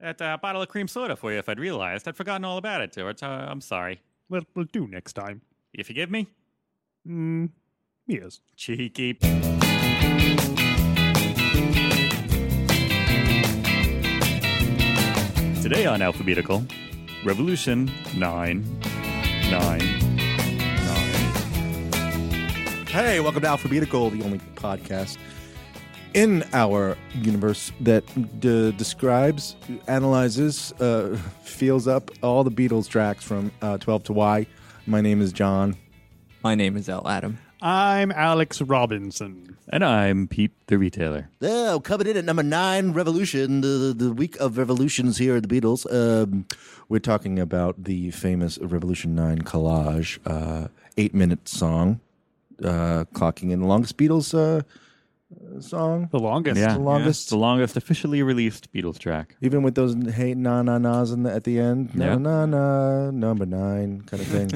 that uh, bottle of cream soda for you if I'd realized. I'd forgotten all about it, George. Uh, I'm sorry. Let, will do next time. You forgive me? Mm, yes. Cheeky. Today on Alphabetical, Revolution 9, 9, 9. Hey, welcome to Alphabetical, the only podcast in our universe that d- describes, analyzes, uh, feels up all the Beatles tracks from uh, 12 to Y. My name is John. My name is L. Adam. I'm Alex Robinson. And I'm Pete the Retailer. Oh, coming in at number nine, Revolution, the, the week of revolutions here at the Beatles. Um, we're talking about the famous Revolution 9 collage, uh, eight minute song, uh, clocking in the longest Beatles uh, uh, song. The longest. Yeah. The longest. It's the longest officially released Beatles track. Even with those hey na na nas in the, at the end, na Yeah. na na number nine kind of thing.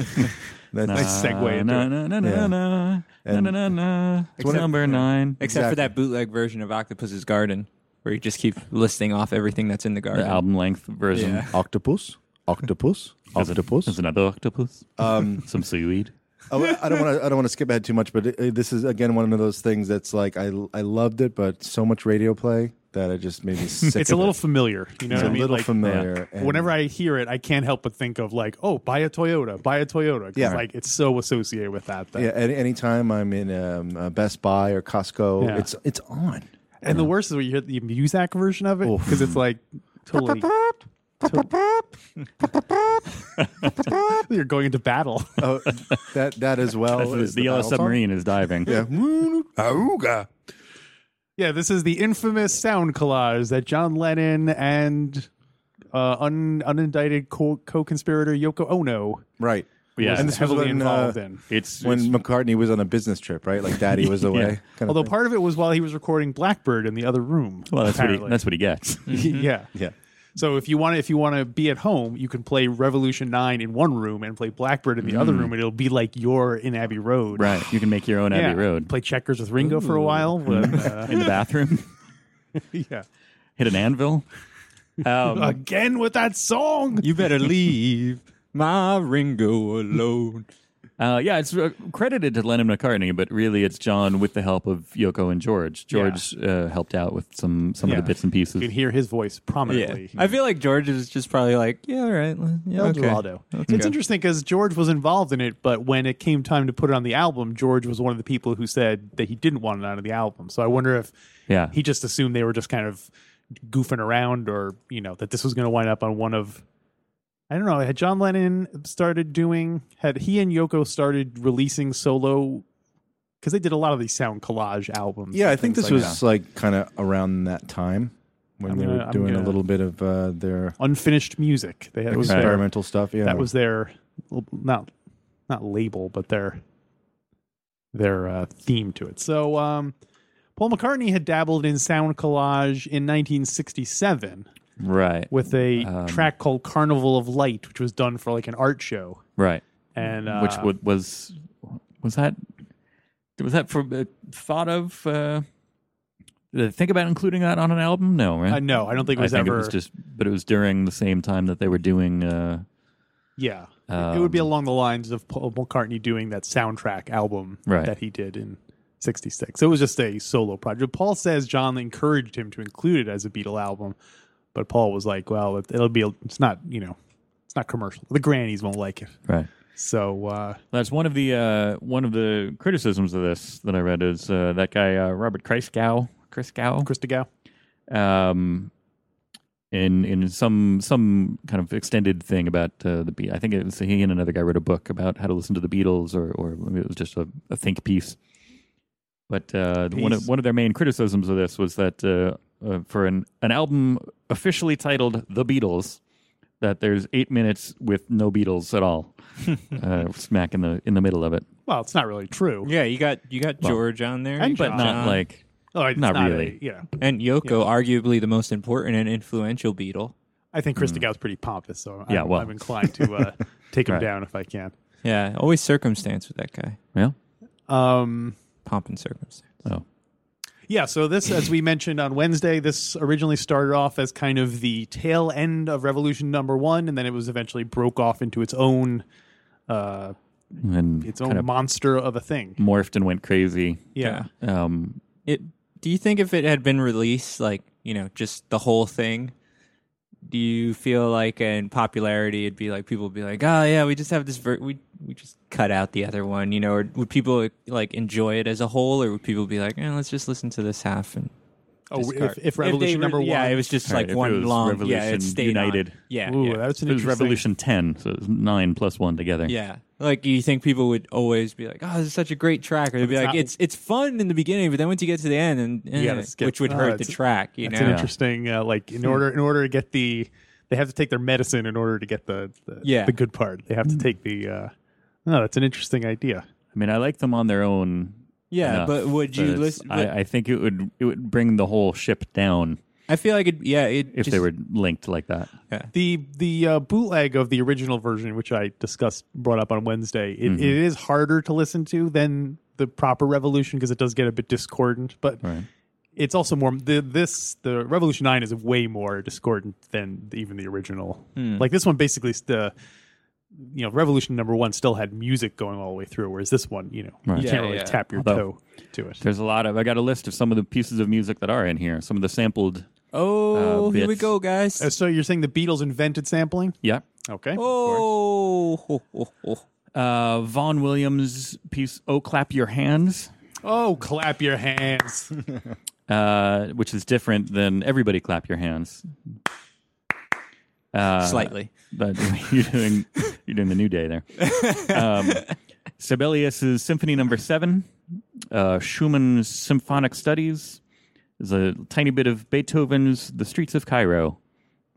That's Nice segue into Na, it. na, na, na, na, Yeah. na, And- na, na, na. Except- Number nine. Except Exactly. for that bootleg version of Octopus's Garden, where you just keep listing off everything that's in the garden. The album length version. Yeah. octopus, octopus, There's a- There's octopus. another octopus. Um, Some seaweed. oh, I don't want to. I don't want to skip ahead too much, but uh, this is again one of those things that's like I I loved it, but so much radio play that it just made me sick. It's a of little it. familiar. You know It's what a I mean? little Like, familiar. and- Whenever I hear it, I can't help but think of like, oh, buy a Toyota, buy a Toyota. 'cause, Yeah. like it's so associated with that. Thing. yeah, at any time I'm in um, uh, Best Buy or Costco, Yeah. it's it's on. And the worst is when you hear the Muzak version of it because it's like totally. to- You're going into battle. Oh, that that as well. That's the, is the yellow battle song. submarine is diving. Yeah. Auga. yeah, this is the infamous sound collage that John Lennon and uh, un- unindicted co- co-conspirator Yoko Ono Right. Yeah. was And this was heavily when, uh, involved in. It's when it's- McCartney was on a business trip, right? Like Daddy was away. kind Although of part of it was while he was recording Blackbird in the other room. well, that's what, he, apparently. Mm. that's what he gets. yeah. thing. yeah, So if you want to, if you want to be at home, you can play Revolution Nine in one room and play Blackbird in the other room, and it'll be like you're in Abbey Road. right. You can make your own Yeah. Abbey Road. Play checkers with Ringo for a while. but, uh, In the bathroom. yeah. Hit an anvil. Um, Again with that song. You better leave my Ringo alone. uh, yeah, it's uh, credited to Lennon McCartney, but really it's John with the help of Yoko and George. George uh, helped out with some, some of Yeah. the bits and You can pieces. hear his voice Yeah. prominently. I feel like George is just probably like, yeah, all right. well, Yeah, El okay. Dorado. That's It's good. interesting because George was involved in it, but when it came time to put it on the album, George was one of the people who said that he didn't want it on the album. So I wonder if Yeah. he just assumed they were just kind of goofing around or you know that this was going to wind up on one of i don't know had john lennon started doing had he and yoko started releasing solo because they did a lot of these sound collage albums yeah. and I think things this like was like kind of around that time when I'm they gonna- were I'm doing gonna- a little bit of uh, their that. unfinished music they had it was their- experimental stuff. Yeah, that was their not not label but their their uh, theme to it so um paul mccartney had dabbled in sound collage in 1967 right. with a Um, track called Carnival of Light, which was done for like an art show. Right. And uh, Which would, was, was that, was that for, uh, thought of, uh, did they think about including that on an album? No, right? uh, no, I don't think it I was think ever. it was just, but it was during the same time that they were doing. Uh, yeah, it would be Um, along the lines of Paul McCartney doing that soundtrack album Right. that he did in '66. So it was just a solo project. Paul says John encouraged him to include it as a Beatle album, but Paul was like, "Well, it, it'll be. a- It's not. You know, it's not commercial. The grannies won't like it." right. So uh, That's one of the uh, one of the criticisms of this that I read is uh, that guy uh, Robert Kreisgau, Kreisgau, Chris DeGow. um, in in some some kind of extended thing about uh, the Be- I think it was he and another guy wrote a book about how to listen to the Beatles, or or maybe it was just a, a think piece. But uh, the- one of Piece. one of their main criticisms of this was that uh, uh, for an an album officially titled The Beatles, that there's eight minutes with no Beatles at all, uh, smack in the in the middle of it, Well, it's not really true. Yeah, you got you got Well, George on there, and you but got not John, like Oh, it's Not a- really. you know, and Yoko, arguably the most important and influential Beatle. I think Chris DeGow's pretty pompous, so Mm. Yeah, I'm, well. I'm inclined to uh, take him Right. down if I can. Yeah, always circumstance with that guy, well, Um, pomp and circumstance. oh Yeah, so this, as we mentioned on Wednesday, this originally started off as kind of the tail end of Revolution Number One, and then it was eventually broke off into its own, uh, and its kind own of monster of a thing. morphed and went crazy. Yeah, Um, It. Do you think if it had been released, like you know, just the whole thing, do you feel like in popularity it'd be like people would be like, oh yeah, we just have this ver- we we just cut out the other one, you know, or would people like enjoy it as a whole, or would people be like, eh, let's just listen to this half and oh, if, discard- if they Revolution re- Number One, yeah, it was just All right, like if it one was long, yeah, Revolution it stayed on. United. yeah, ooh, yeah. that's an it was interesting- Revolution 10, so it was 9 plus 1 together. Yeah. Like you think people would always be like, "Oh, this is such a great track," or they'd be it's not- like, "It's it's fun in the beginning, but then once you get to the end, and eh, gotta skip- which would Oh, hurt the it's- track, you It's know." an interesting, uh, like Hmm. in order in order to get the, they have to take their medicine in order to get the the, Yeah. Hmm. the good part. They have to take the. Uh, no, that's an interesting idea. I mean, I like them on their own. Yeah, enough, but would you it's- listen- but- I, I think it would it would bring the whole ship down I feel like it. Yeah, it if just, they were linked like that. the the uh, bootleg of the original version, which I discussed brought up on Wednesday, it, Mm-hmm. it is harder to listen to than the proper Revolution because it does get a bit discordant. But Right. it's also more the, this the Revolution Nine is way more discordant than even the original. Hmm. Like this one, basically s- the you know Revolution Number One still had music going all the way through, whereas this one, you know, you Right. can't Yeah, really yeah. tap your Although- toe to it. There's a lot of I got a list of some of the pieces of music that are in here. Some of the sampled. Oh, Uh, here we bits. go, guys. Uh, So you're saying the Beatles invented sampling? Yeah. Okay. oh, ho, ho, ho. Uh, Vaughn Williams piece "Oh Clap Your Hands," Oh, clap your hands. uh, which is different than "Everybody Clap Your Hands." Uh, slightly. but you're doing you're doing the new day there. Um, Sibelius's Symphony Number Seven, uh, Schumann's Symphonic Studies, there's a tiny bit of Beethoven's The Streets of Cairo,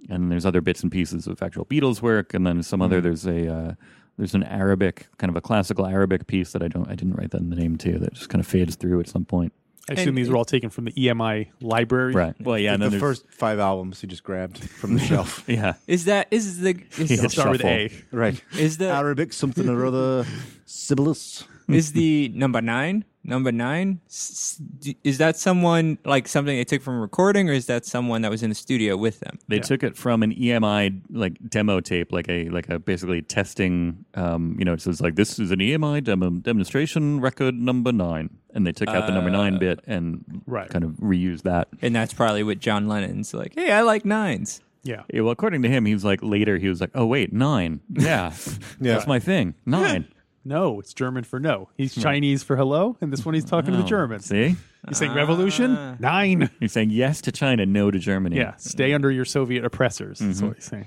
and there's other bits and pieces of actual Beatles work, and then some other there's a uh, there's an Arabic kind of a classical Arabic piece that I don't I didn't write that in the name too that just kind of fades through at some point. I assume And- these were all taken from the EMI library. Right. Well, yeah, and the then there's- first five albums he just grabbed from the shelf. yeah. Is that is the is, I'll start with A. Shuffle. Right. is the Arabic something or other. Sibilis. is the number nine number nine s- s- d- is that someone like something they took from a recording, or is that someone that was in the studio with them? They took it from an EMI like demo tape, like a like a basically testing. Um, you know, it says like this is an EMI demo demonstration record number nine, and they took out the number nine bit and Right. kind of reused that. And that's probably what John Lennon's like, hey, I like nines. Yeah. Yeah, well, according to him, he was like later he was like, oh wait, nine, yeah, Yeah. that's my thing, nine. No, it's German for no. He's Chinese for hello, and this one he's talking to the Oh, Germans. See, He's saying revolution nine. he's saying yes to China, no to Germany. Yeah, stay under your Soviet oppressors. That's Mm-hmm. what he's saying.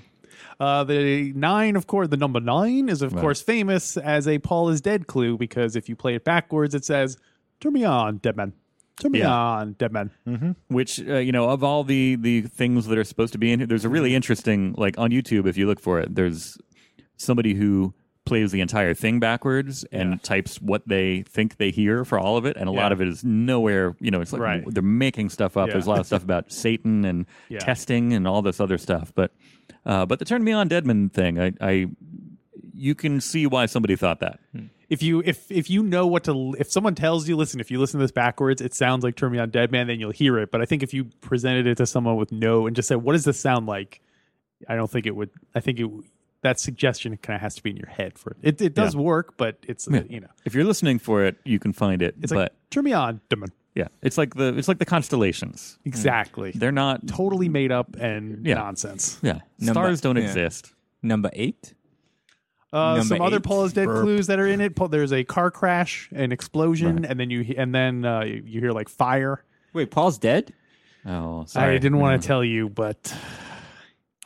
Uh, the nine, of course, the number nine is of course famous as a Paul is dead clue because if you play it backwards, it says "Turn me on, dead man." Turn me Yeah. on, dead man. which uh, you know of all the the things that are supposed to be in here there's a Mm-hmm. really interesting like on youtube if you look for it there's somebody who plays the entire thing backwards and types what they think they hear for all of it and a lot Yeah. of it is nowhere you know it's like Right. they're making stuff up Yeah. there's a lot of stuff about satan and Yeah. testing and all this other stuff but uh, but the turn me on deadman thing i i you can see why somebody thought that If you if if you know what to if someone tells you listen if you listen to this backwards it sounds like Turn Me On Dead Man then you'll hear it but I think if you presented it to someone with no and just said what does this sound like I don't think it would I think it that suggestion kind of has to be in your head for it it, it does Yeah. work but it's uh, you know if you're listening for it you can find it it's but Mm. like Turn Me On Dead Man yeah it's like the it's like the constellations exactly they're not totally made up and Yeah. nonsense Yeah. Number- Stars don't yeah. exist. Number eight. uh, Number some other eight, Paul is Dead burp. clues that are in it Paul- there's a car crash an explosion and then you he- and then uh, you hear like fire Wait, Paul's dead? Oh, I didn't want to tell you but.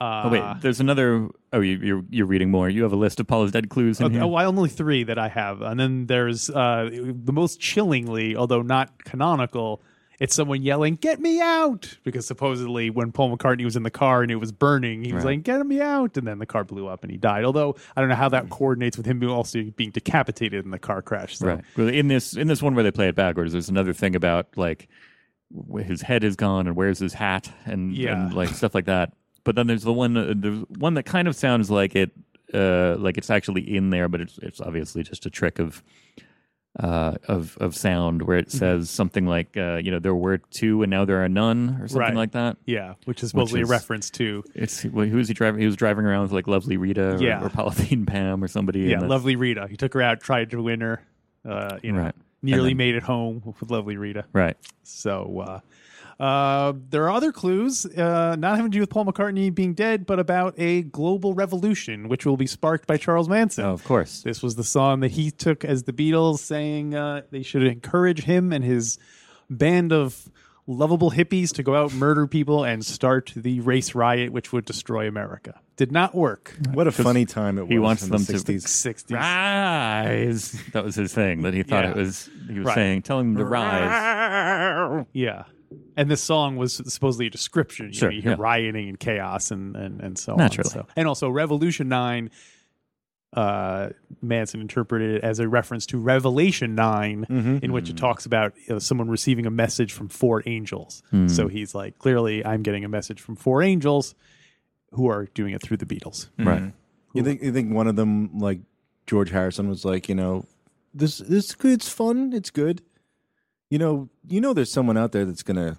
Uh, Oh, wait, there's another. Oh, you, you're you're reading more. You have a list of Paula's dead clues in Okay, here. Uh, well, only three that I have, and then there's uh, the most chillingly, although not canonical. It's someone yelling, "Get me out!" Because supposedly, when Paul McCartney was in the car and it was burning, he was Right. like, "Get me out!" And then the car blew up and he died. Although I don't know how that coordinates with him also being decapitated in the car crash. So. right. Well, in this in this one where they play it backwards, there's another thing about like wh- his head is gone and where's his hat and, Yeah. and like stuff like that. But then there's the one uh, there's one that kind of sounds like it uh like it's actually in there, but it's it's obviously just a trick of uh, of of sound where Mm-hmm. it says something like uh, you know there were two and now there are none or something Right. like that. Yeah, which is supposedly is- a reference to It's well, who is he driving? He was driving around with like Lovely Rita or, Yeah. or Polythene Pam or somebody. yeah, and that's- lovely Rita. He took her out, tried to win her. Uh, you know, Right. And nearly then- made it home with lovely Rita. right. So uh, uh, there are other clues, uh, not having to do with Paul McCartney being dead, but about a global revolution which will be sparked by Charles Manson. Oh, of course. This was the song that he took as the Beatles, saying uh, they should encourage him and his band of lovable hippies to go out, murder people, and start the race riot, which would destroy America. Did not work. What a funny time it was he wants in them the to- 60s. 60s. Rise. That was his thing that he thought Yeah. it was. He was Right. saying, telling him to rise. Yeah. And this song was supposedly a description. You, Sure, know, you hear yeah. rioting and chaos and, and, and so Naturally. on. So. And also, Revolution 9, uh, Manson interpreted it as a reference to Revelation 9, Mm-hmm. in which it talks about you know, someone receiving a message from four angels. Hmm. So he's like, clearly, I'm getting a message from four angels who are doing it through the Beatles. Right. You think you think one of them like George Harrison was like, you know, this this is good, it's fun, it's good. You know, you know there's someone out there that's going to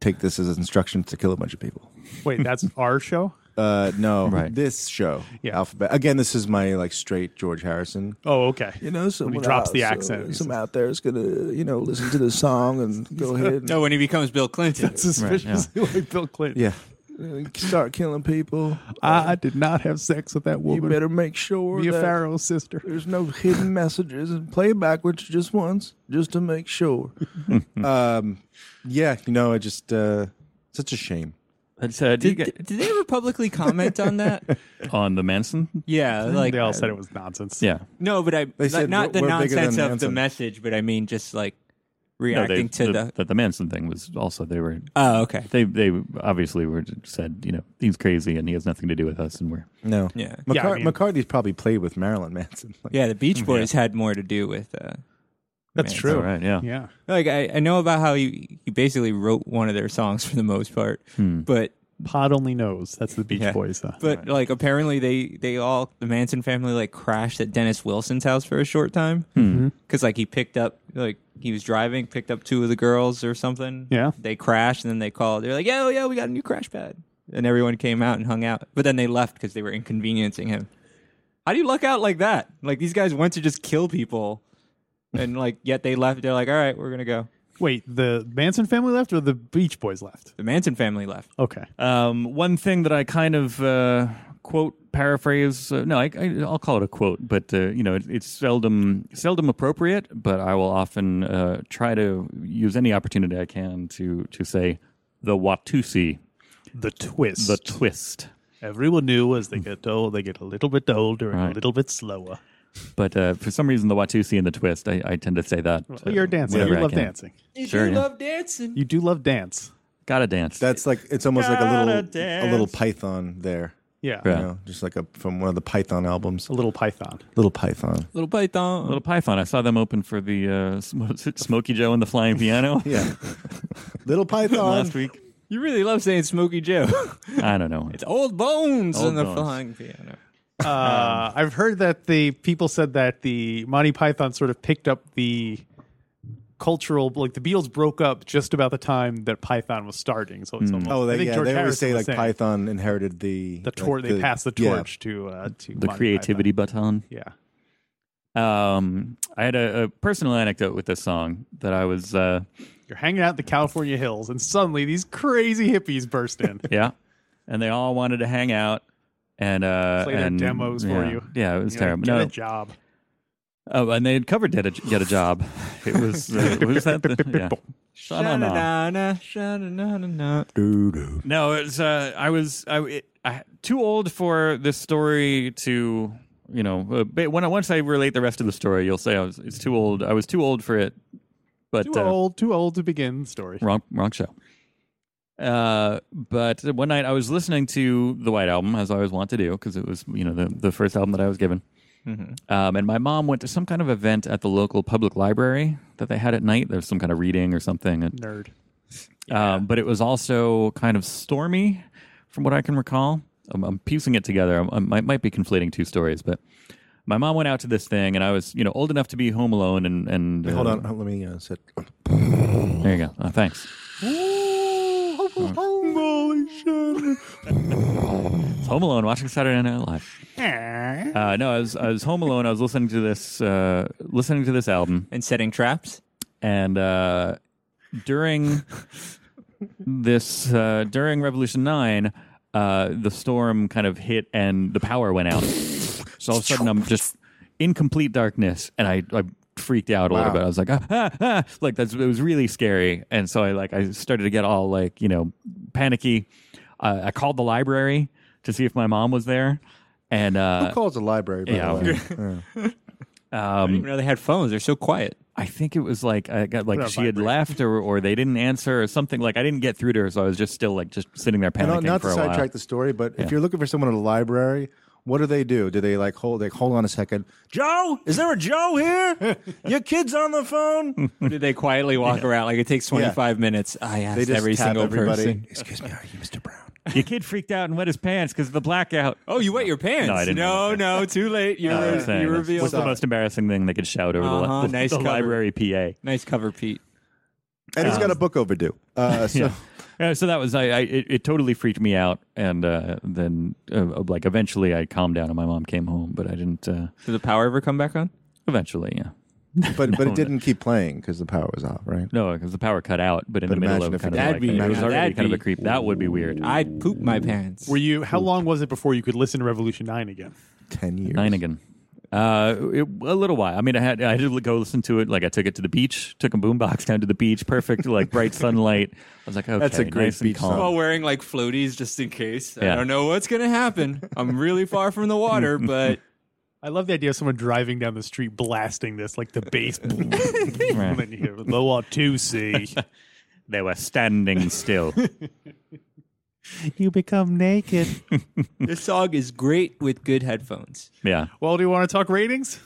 take this as instructions to kill a bunch of people. Wait, that's our show? Uh no, Right. this show. Yeah. Alphabet. Again, this is my like straight George Harrison. Oh, okay. You know, someone drops out, the so- accent, he Some out there is going to, you know, listen to this song and go ahead and No, when he becomes Bill Clinton. Suspiciously like Bill Clinton. yeah. Uh, Start killing people. I did not have sex with that You woman. better make sure Mia that Farrow's sister. There's no hidden messages and play it backwards just once, just to make sure. um, yeah, you know, I just uh, such a shame. That's, uh, do you Did, get, did they ever publicly comment on that? on the Manson? Yeah, like uh, they all said it was nonsense. Yeah. no, but I like, said not we're- the we're bigger nonsense than of the Manson. message, but I mean just like No, reacting they, to the, the, the, the Manson thing was also they were Oh, okay. they they obviously were said you know he's crazy and he has nothing to do with us and we're No, Yeah. McCart- Yeah, I mean- McCartney's probably played with Marilyn Manson. Like, Yeah, the Beach Boys had more to do with uh That's Manson. true. all right yeah Yeah. Like I, I know about how he, he basically wrote one of their songs for the most part. Hmm. But Pod only knows. That's the Beach Yeah. Boys. uh, Huh? but like apparently they they all the Manson family like crashed at Dennis Wilson's house for a short time because like he picked up like he was driving picked up two of the girls or something Yeah. they crashed and then they called they're like yeah oh, yeah we got a new crash pad and everyone came out and hung out but then they left because they were inconveniencing him how do you luck out like that like these guys went to just kill people and like yet they left they're like all right we're gonna go Wait, the Manson family left or the Beach Boys left? the Manson family left Okay. Um, one thing that I kind of uh, quote paraphrase. Uh, no, I, I, I'll call it a quote, but uh, you know, it, it's seldom seldom appropriate. But I will often uh, try to use any opportunity I can to to say the Watusi, The twist. the twist. Everyone knew as they get old, they get a little bit older and Right. a little bit slower. But uh, for some reason, the Watusi and the twist, I, I tend to say that. uh, Well, you're a dancer. whenever You I love can. dancing. you Sure, do yeah. love dancing You do love dance. Gotta dance. That's like it's almost like a Gotta little a little dance. Python there. Yeah. Right. You know, just like a from one of the Python albums. A little Python. Little Python. little python Little Python. I saw them open for the uh, Sm- Smokey Joe and the Flying Piano Yeah. little Python. last week. you really love saying Smokey Joe I don't know. It's old bones Old in the bones. flying piano. Um, Uh, I've heard that the people said that the Monty Python sort of picked up the cultural like the Beatles broke up just about the time that Python was starting. So Hmm. it's almost Oh, I they, think yeah, George they always Harrison say was like saying Python inherited the The torch. like, they passed the yeah. torch to uh, to Monty the Python. creativity baton. Yeah. um, I had a, a personal anecdote with this song that I was, uh, You're hanging out in the California hills, and suddenly these crazy hippies burst in. yeah, and they all wanted to hang out and uh, Play their and- demos for yeah. you. Yeah, it was You're like, terrible. Get no, a job. oh, and they had covered "Get a, Get a Job." It was uh, what was that? The- yeah. Sha-na-na. Sha-na-na-na, sha-na-na-na-na. Doo-doo. No, it's uh, I was I, it, I too old for this story to you know. Uh, ba- when I, once I relate the rest of the story, you'll say I was it's too old. I was too old for it. But Too uh, old, too old to begin the story. wrong wrong show. Uh, but one night I was listening to the White Album as I always want to do because it was you know the the first album that I was given. Um, and my mom went to some kind of event at the local public library that they had at night. There was some kind of reading or something, and Nerd. um, but it was also kind of stormy, from what I can recall. I'm, I'm piecing it together. I'm- i might might be conflating two stories, but my mom went out to this thing, and I was you know old enough to be home alone, and and Hold uh, on, let me uh, sit. There you go. Uh, thanks. Holy shit! It's Home Alone, watching Saturday Night Live. Uh, no, I was I was home alone. I was listening to this uh, listening to this album, and setting traps. and uh, during this uh, during Revolution Nine, uh, the storm kind of hit and the power went out. So all of a sudden, I'm just in complete darkness, and I. I freaked out a little bit. I was like, ah, ah, ah. like that's it was really scary, and so I like I started to get all like you know panicky. Uh, I called the library to see if my mom was there, and uh, Who calls a library? By yeah. the way? Yeah. I didn't even know they had phones. They're so quiet. I think it was like I got like Without she had vibration. left or or they didn't answer or something. Like I didn't get through to her, so I was just still like just sitting there panicking And not, not for to a while. sidetrack the story, but Yeah. if you're looking for someone at a library, what do they do? Do they like hold like hold on a second? Joe, is there a Joe here? Your kid's on the phone. Or did they quietly walk around? Like it takes 25 minutes. I asked They just every tap single everybody. person. Excuse me, are you Mr. Brown? Your kid freaked out and wet his pants because of the blackout. Oh, you wet your pants? No, I didn't No, wet no, too late. You, You know what I'm re- saying? you revealed. What's the most embarrassing thing they could shout over the, Uh-huh, li- the, nice the cover. library PA? Nice cover, Pete. And he's got a book overdue. Uh, so Yeah. Yeah, so that was I. I it, it totally freaked me out, and uh, then uh, like eventually I calmed down and my mom came home, but I didn't. Uh, Did the power ever come back on? eventually, yeah. but but it didn't keep playing because the power was out, right? No, because the power cut out, but in But the middle imagine of if it kind of did. like, That'd be- it was already that'd kind of a be- creep. That would be weird. I'd poop my pants. Were you? How long was it before you could listen to Revolution Nine again? Ten years. Ninegan. Uh, it, a little while. I mean, I had I had to go listen to it. Like I took it to the beach, took a boombox down to the beach. Perfect, like bright sunlight. I was like, okay, That's a great nice and beach calm. song. While wearing like floaties just in case. Yeah. I don't know what's going to happen. I'm really far from the water, but I love the idea of someone driving down the street blasting this, like the bass. Right. and then you hear low R two C. They were standing still. You become naked. this song is great with good headphones. yeah, Well, do you want to talk ratings?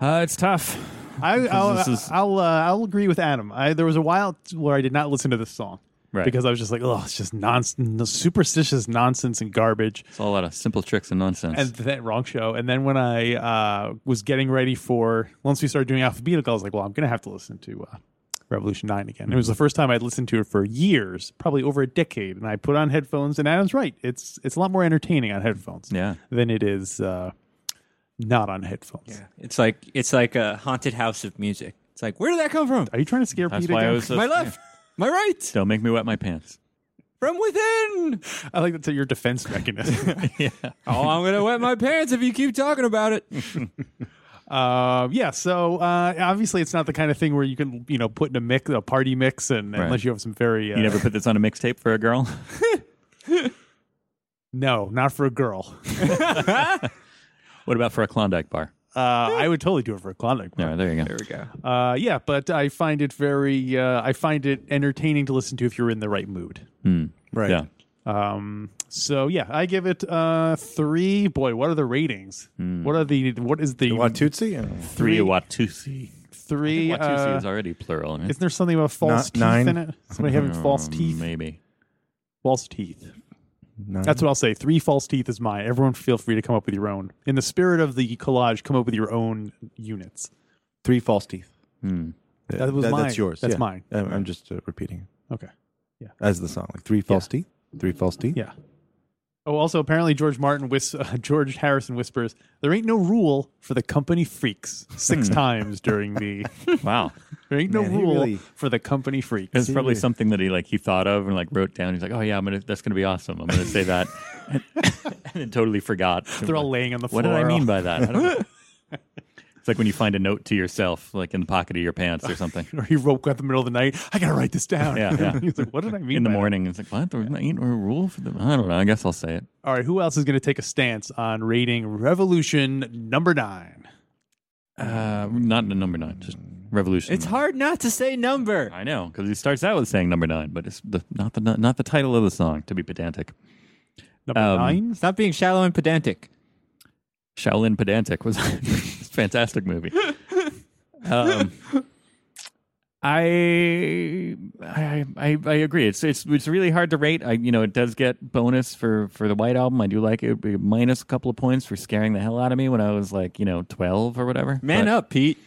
uh, it's tough. I, I'll this is- I'll, uh, I'll agree with Adam. I, there was a while where I did not listen to this song Right. because I was just like, oh, it's just nonsense, superstitious nonsense and garbage. It's all a lot of simple tricks and nonsense. and that wrong show. And then when I uh, was getting ready for once we started doing alphabetical, I was like, well, I'm gonna have to listen to uh, Revolution Nine again. It was the first time I'd listened to it for years, probably over a decade. And I put on headphones, and Adam's right; it's it's a lot more entertaining on headphones yeah, than it is uh, not on headphones. It's like it's like a haunted house of music. It's like, where did that come from? Are you trying to scare that's Peter? why I again? was. so- my left, my right, Don't make me wet my pants. from within. I like that's your defense mechanism. yeah, Oh, I'm gonna wet my pants if you keep talking about it. Uh, yeah, so uh, obviously it's not the kind of thing where you can you know put in a mix, a party mix, and Right. unless you have some very uh, you never put this on a mixtape for a girl. no, not for a girl. what about for a Klondike bar? Uh, I would totally do it for a Klondike. bar. Yeah, there you go. There we go. Uh, yeah, but I find it very, uh, I find it entertaining to listen to if you're in the right mood. Right. Hmm. Yeah, Um, so yeah, I give it uh, three. Boy, what are the ratings? What are the? What is the You want Tootsie? Uh, I don't know. three Three- Watusi. three? Watusi Uh, is already plural. right? isn't there something about false Not- teeth nine? in it? Somebody having false Mm, teeth. Maybe. False teeth. No. That's what I'll say. Three false teeth is mine. Everyone, feel free to come up with your own. In the spirit of the collage, come up with your own units. three false teeth. Hmm. That was mine. That's yours. That's yeah. mine. I'm, I'm just uh, repeating Okay. as the song, like three false teeth, three false teeth. Yeah. Oh, also apparently George Martin whis- uh, George Harrison whispers, "There ain't no rule for the company freaks." Six times during the Wow. there ain't no Man, he rule really- for the company freaks. It's probably something that he like he thought of and like wrote down. He's like, "Oh yeah, I'm gonna that's gonna be awesome. I'm gonna say that," and, then totally forgot. They're all laying on the what floor. did I mean by that? I don't know. it's like when you find a note to yourself, like in the pocket of your pants or something. Or he woke up in the middle of the night. I gotta write this down. Yeah, yeah. He's like, "What did I mean?" In the by that?" morning, it's like, "What? There ain't a rule for the I don't know. I guess I'll say it. All right. Who else is gonna take a stance on rating Revolution number nine? Uh, not the number nine, just revolution. It's hard not to say number. Um, I know because he starts out with saying number nine, but it's the, not the not the title of the song. To be pedantic, Number Um, nine. Stop being shallow and pedantic. Shaolin Pedantic was a fantastic movie. Um, I, I I I agree. It's it's it's really hard to rate. I you know it does get bonus for for the White Album. I do like it. It'd be minus a couple of points for scaring the hell out of me when I was like you know twelve or whatever. Man up, Pete.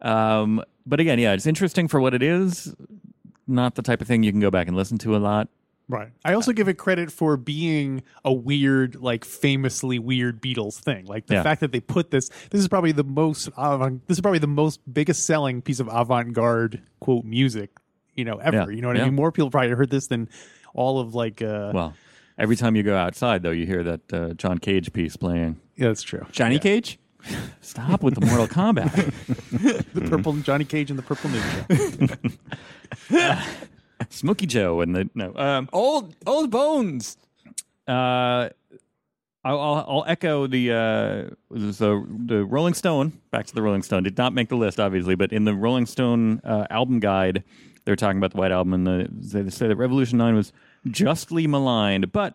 up. Um, but again, yeah, it's interesting for what it is. Not the type of thing you can go back and listen to a lot. Right. I also give it credit for being a weird, like famously weird Beatles thing. Like the Yeah. fact that they put this. This is probably the most. Avant, this is probably the most biggest selling piece of avant-garde quote music, you know, ever. Yeah. You know what I Yeah. mean? More people probably heard this than all of like. uh Well, every time you go outside though, you hear that uh, John Cage piece playing. Yeah, that's true. Johnny Cage? Stop with the Mortal Kombat. The purple Mm-hmm. Johnny Cage and the purple ninja. Smokey Joe and the no. Um, Old old bones. uh, I'll, I'll, I'll echo the uh, so the Rolling Stone. Back to the Rolling Stone. Did not make the list, obviously, but in the Rolling Stone uh, album guide, they were talking about the White Album, and the, they said that Revolution Nine was justly maligned, but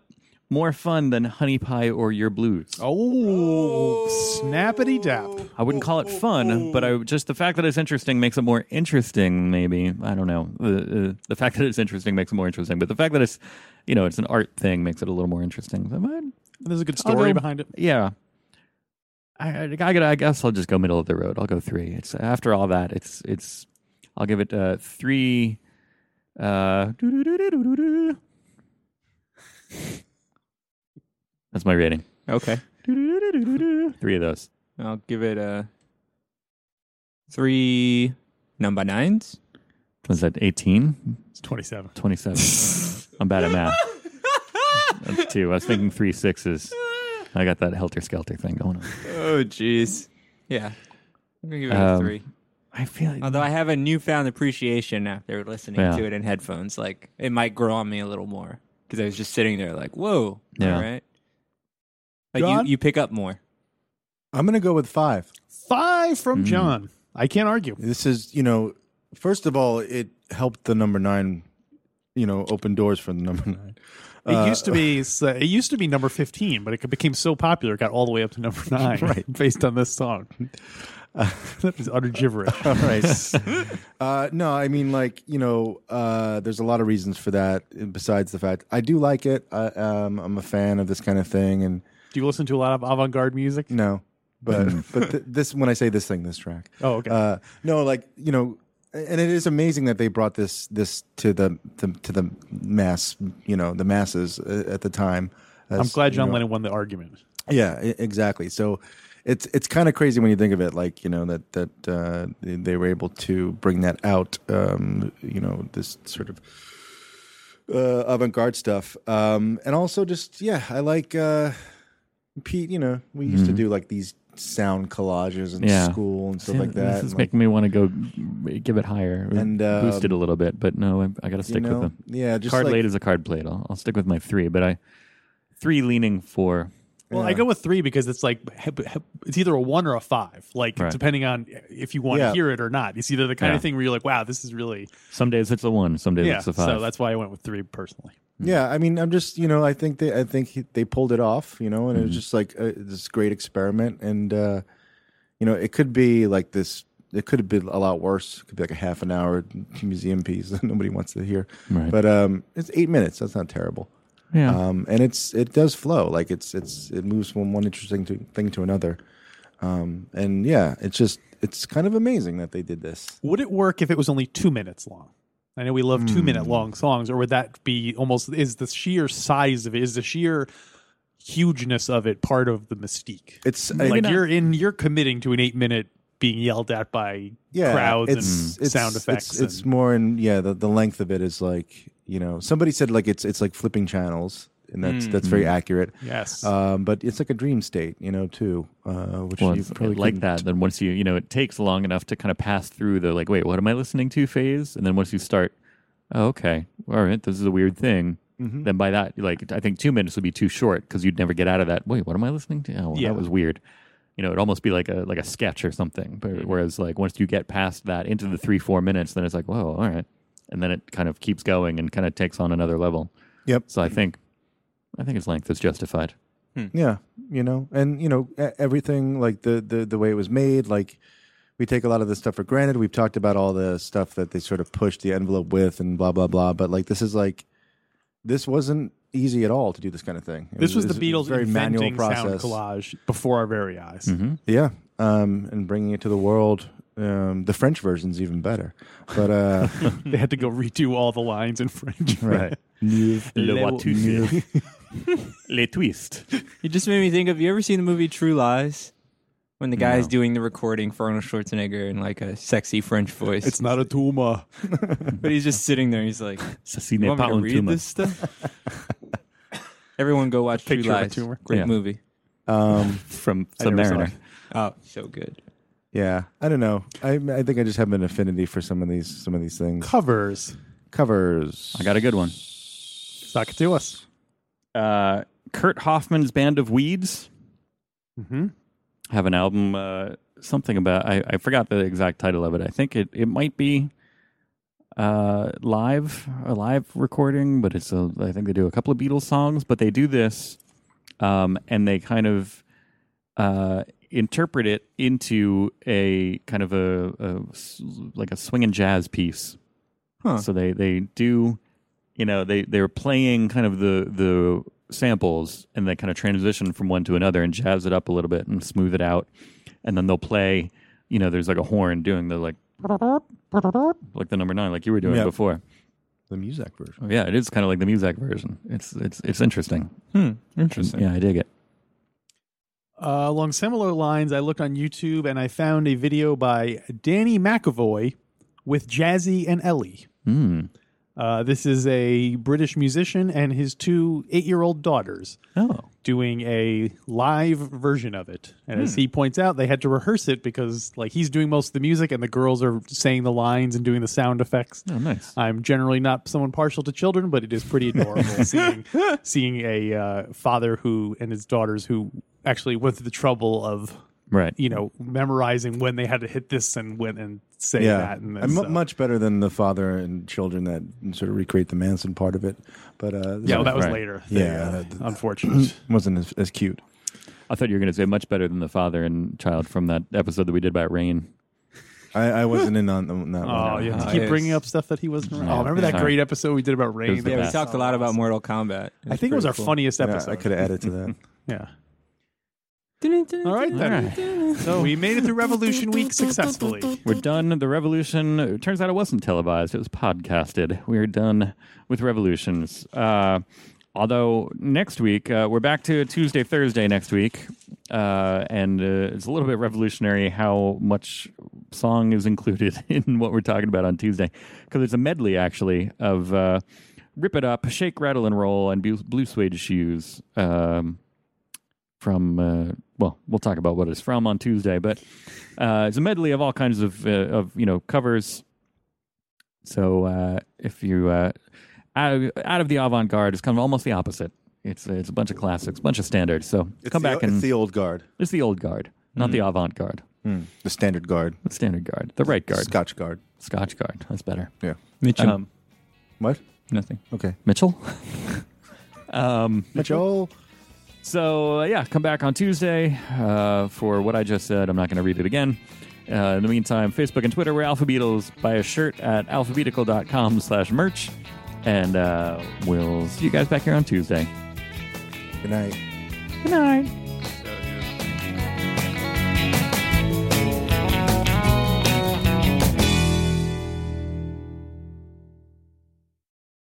more fun than Honey Pie or Your Blues. Oh, snappity dap. I wouldn't call it fun, but I just the fact that it's interesting makes it more interesting. Maybe I don't know. The uh, the fact that it's interesting makes it more interesting, but the fact that it's you know it's an art thing makes it a little more interesting. So, I'd- There's a good I'll story go- behind it. yeah. I, I, I gotta- I guess I'll just go middle of the road. I'll go three. It's after all that. It's it's. I'll give it uh, three. Uh, doo-doo-doo-doo-doo-doo. That's my rating. Okay. Doo-doo-doo-doo-doo-doo. Three of those. I'll give it a three number nines. Was that eighteen? It's 27. 27. I'm bad at math. That's two. I was thinking three sixes. I got that helter skelter thing going on. Oh jeez. Yeah. I'm gonna give it a Um, three. I feel like Although I have a newfound appreciation after listening Yeah. to it in headphones, like it might grow on me a little more because I was just sitting there like, "Whoa, Yeah. all right." Like John? you, you pick up more. I'm going to go with five. Five Mm-hmm. from John. I can't argue. This is, you know, first of all, it helped the number nine, you know, open doors for the number nine. It used to be it used to be number fifteen, but it became so popular it got all the way up to number nine, right? Based on this song, that is utter gibberish. All right. uh, no, I mean, like, you know, uh, there's a lot of reasons for that besides the fact I do like it. I, um, I'm a fan of this kind of thing. And Do you listen to a lot of avant-garde music? no, but, but th- this, when I say this thing, this track. Mm. Oh, okay. Uh, no, like, you know, and it is amazing that they brought this this to the to, to the mass, you know, the masses uh, at the time. I'm As, glad you John know, Lennon won the argument. Yeah, e- exactly. So it's it's kind of crazy when you think of it, like you know that that uh, they- they were able to bring that out. Um, you know, this sort of uh, avant-garde stuff, um, and also just yeah, I like uh, Pete. You know, we used to do like these sound collages in Mm-hmm. Yeah. school and stuff See, like This that. is and, like, making me want to go give it higher, And, uh, and boost it a little bit. But no, I, I got to you stick know, with them. yeah, just Card like, laid is a card played. I'll, I'll stick with my three, but I three leaning four. Well, I Yeah. go with three because it's like he- he- it's either a one or a five, like Right. depending on if you want Yeah. to hear it or not. It's either the kind Yeah. of thing where you're like, "Wow, this is really Some days it's a one. Some days yeah." it's a five. So that's why I went with three personally. Yeah, I mean, I'm just you know, I think they, I think he, they pulled it off, you know, and Mm-hmm. it was just like uh this great experiment, and uh, you know, it could be like this. It could have been a lot worse. It could be like a half an hour museum piece that nobody wants to hear. Right. But um, it's eight minutes. That's not terrible. yeah. Um, and it's it does flow. Like it's it's it moves from one interesting to, thing to another. Um, and yeah, it's just it's kind of amazing that they did this. Would it work if it was only two minutes long? I know we love two minute Hmm. long songs, or would that be almost is the sheer size of it, is the sheer hugeness of it part of the mystique? It's like I- you're in you're committing to an eight minute being yelled at by crowds and sound effects. It's, it's and- more in yeah. The, the length of it is like you know somebody said like it's it's like flipping channels, and that's Mm. that's Mm. very accurate. yes. Um, but it's like a dream state, you know, too, uh, which well, you it's probably like couldn't- that. Then once you, you know, it takes long enough to kind of pass through the like, wait, what am I listening to phase? And then once you start, oh, okay, all right, this is a weird thing. Then by that, like, I think two minutes would be too short because you'd never get out of that. Wait, what am I listening to? Oh, well, Yeah. that was weird. You know, it'd almost be like a like a sketch or something. But whereas like once you get past that into the three four minutes, then it's like, whoa, all right, and then it kind of keeps going and kind of takes on another level. Yep. So I think, I think its length is justified. Yeah, you know, and you know e- everything like the the the way it was made, like. we take a lot of this stuff for granted. We've talked about all the stuff that they sort of pushed the envelope with and blah blah blah. But like this is like this wasn't easy at all to do this kind of thing. It This was it the it Beatles very manual inventing sound process. Mm-hmm. collage before our very eyes. Mhm. Yeah, um, and bringing it to the world. Um, the French version's even better, but uh, They had to go redo all the lines in French. right. Le Le- Watusi. Le Twist. You just made me think of you ever seen the movie True Lies? When the guy's doing the recording for Arnold Schwarzenegger in like a sexy French voice. It's not a tumor. but he's just sitting there. He's like, Ceci you n'est want me pas to un read tumor. this stuff? Everyone go watch True Picture of a Lies. tumor. Great Yeah. movie. Um, From I never saw Submariner. it. Oh, so good. yeah, I don't know. I I think I just have an affinity for some of these some of these things. Covers. Covers. I got a good one. Talk it to us. Uh, Kurt Hoffman's Band of Weeds. Mm-hmm. have an album uh, something about I, I forgot the exact title of it i think it, it might be uh, live a live recording but it's a, i think they do a couple of beatles songs but they do this um, and they kind of uh, interpret it into a kind of a, a s- like a swing and jazz piece Huh. so they they do you know they they're playing kind of the the samples and they kind of transition from one to another and jazz it up a little bit and smooth it out and then they'll play you know there's like a horn doing the like like the number nine like you were doing Yeah. before the music version. Oh, yeah it is kind of like the music version it's it's it's interesting Hmm. Interesting. yeah i dig it Uh, along similar lines, I looked on YouTube and I found a video by Danny McAvoy with Jazzy and Ellie. mm. Uh, this is a British musician and his two eight year old daughters oh doing a live version of it. And as he points out, they had to rehearse it because like he's doing most of the music and the girls are saying the lines and doing the sound effects. oh nice I'm generally not someone partial to children, but it is pretty adorable seeing seeing a uh, father who and his daughters who actually went through the trouble of right you know memorizing when they had to hit this and when and say Yeah, that and I'm then, mu- so- much better than the father and children that sort of recreate the Manson part of it. But uh, this yeah well, one that was Right. later Yeah, They, uh, that- unfortunate wasn't as, as cute. i thought you were going to say much better than the father and child from that episode that we did about rain I, I wasn't in on on that one. oh you have to Oh, keep yes. bringing up stuff that he wasn't around Yeah. oh remember that Sorry. great episode we did about rain was the That Yeah, we best. talked a lot about Mortal Kombat. I think it was our funniest Yeah, episode I could have added to that. yeah all All right then so we made it through revolution week successfully We're done. The revolution. It turns out it wasn't televised. It was podcasted. We're done with revolutions. Uh, although next week uh, we're back to Tuesday, Thursday next week, uh, and uh, it's a little bit revolutionary how much song is included in what we're talking about on Tuesday because there's a medley actually of uh, "Rip It Up," "Shake, Rattle, and Roll," and "Blue, Blue Suede Shoes." Um, from uh, well, we'll talk about what it's from on Tuesday, but uh, it's a medley of all kinds of uh, of you know covers. So uh, if you uh, out of, out of the avant garde, it's kind of almost the opposite. It's it's a bunch of classics, bunch of standards. So come back and it's the old guard, it's the old guard, not the avant garde, the standard guard, the standard guard, the right guard, Scotch guard. Scotch guard. That's better. Yeah. Mitchell. Um, What? Nothing. Okay. Mitchell. um, Mitchell. So uh, yeah, come back on Tuesday uh, for what I just said. I'm not going to read it again. Uh, in the meantime, Facebook and Twitter, we're Alpha Beatles. Buy a shirt at alphabetical.com slash merch. And uh, we'll see you guys back here on Tuesday. Good night. Good night.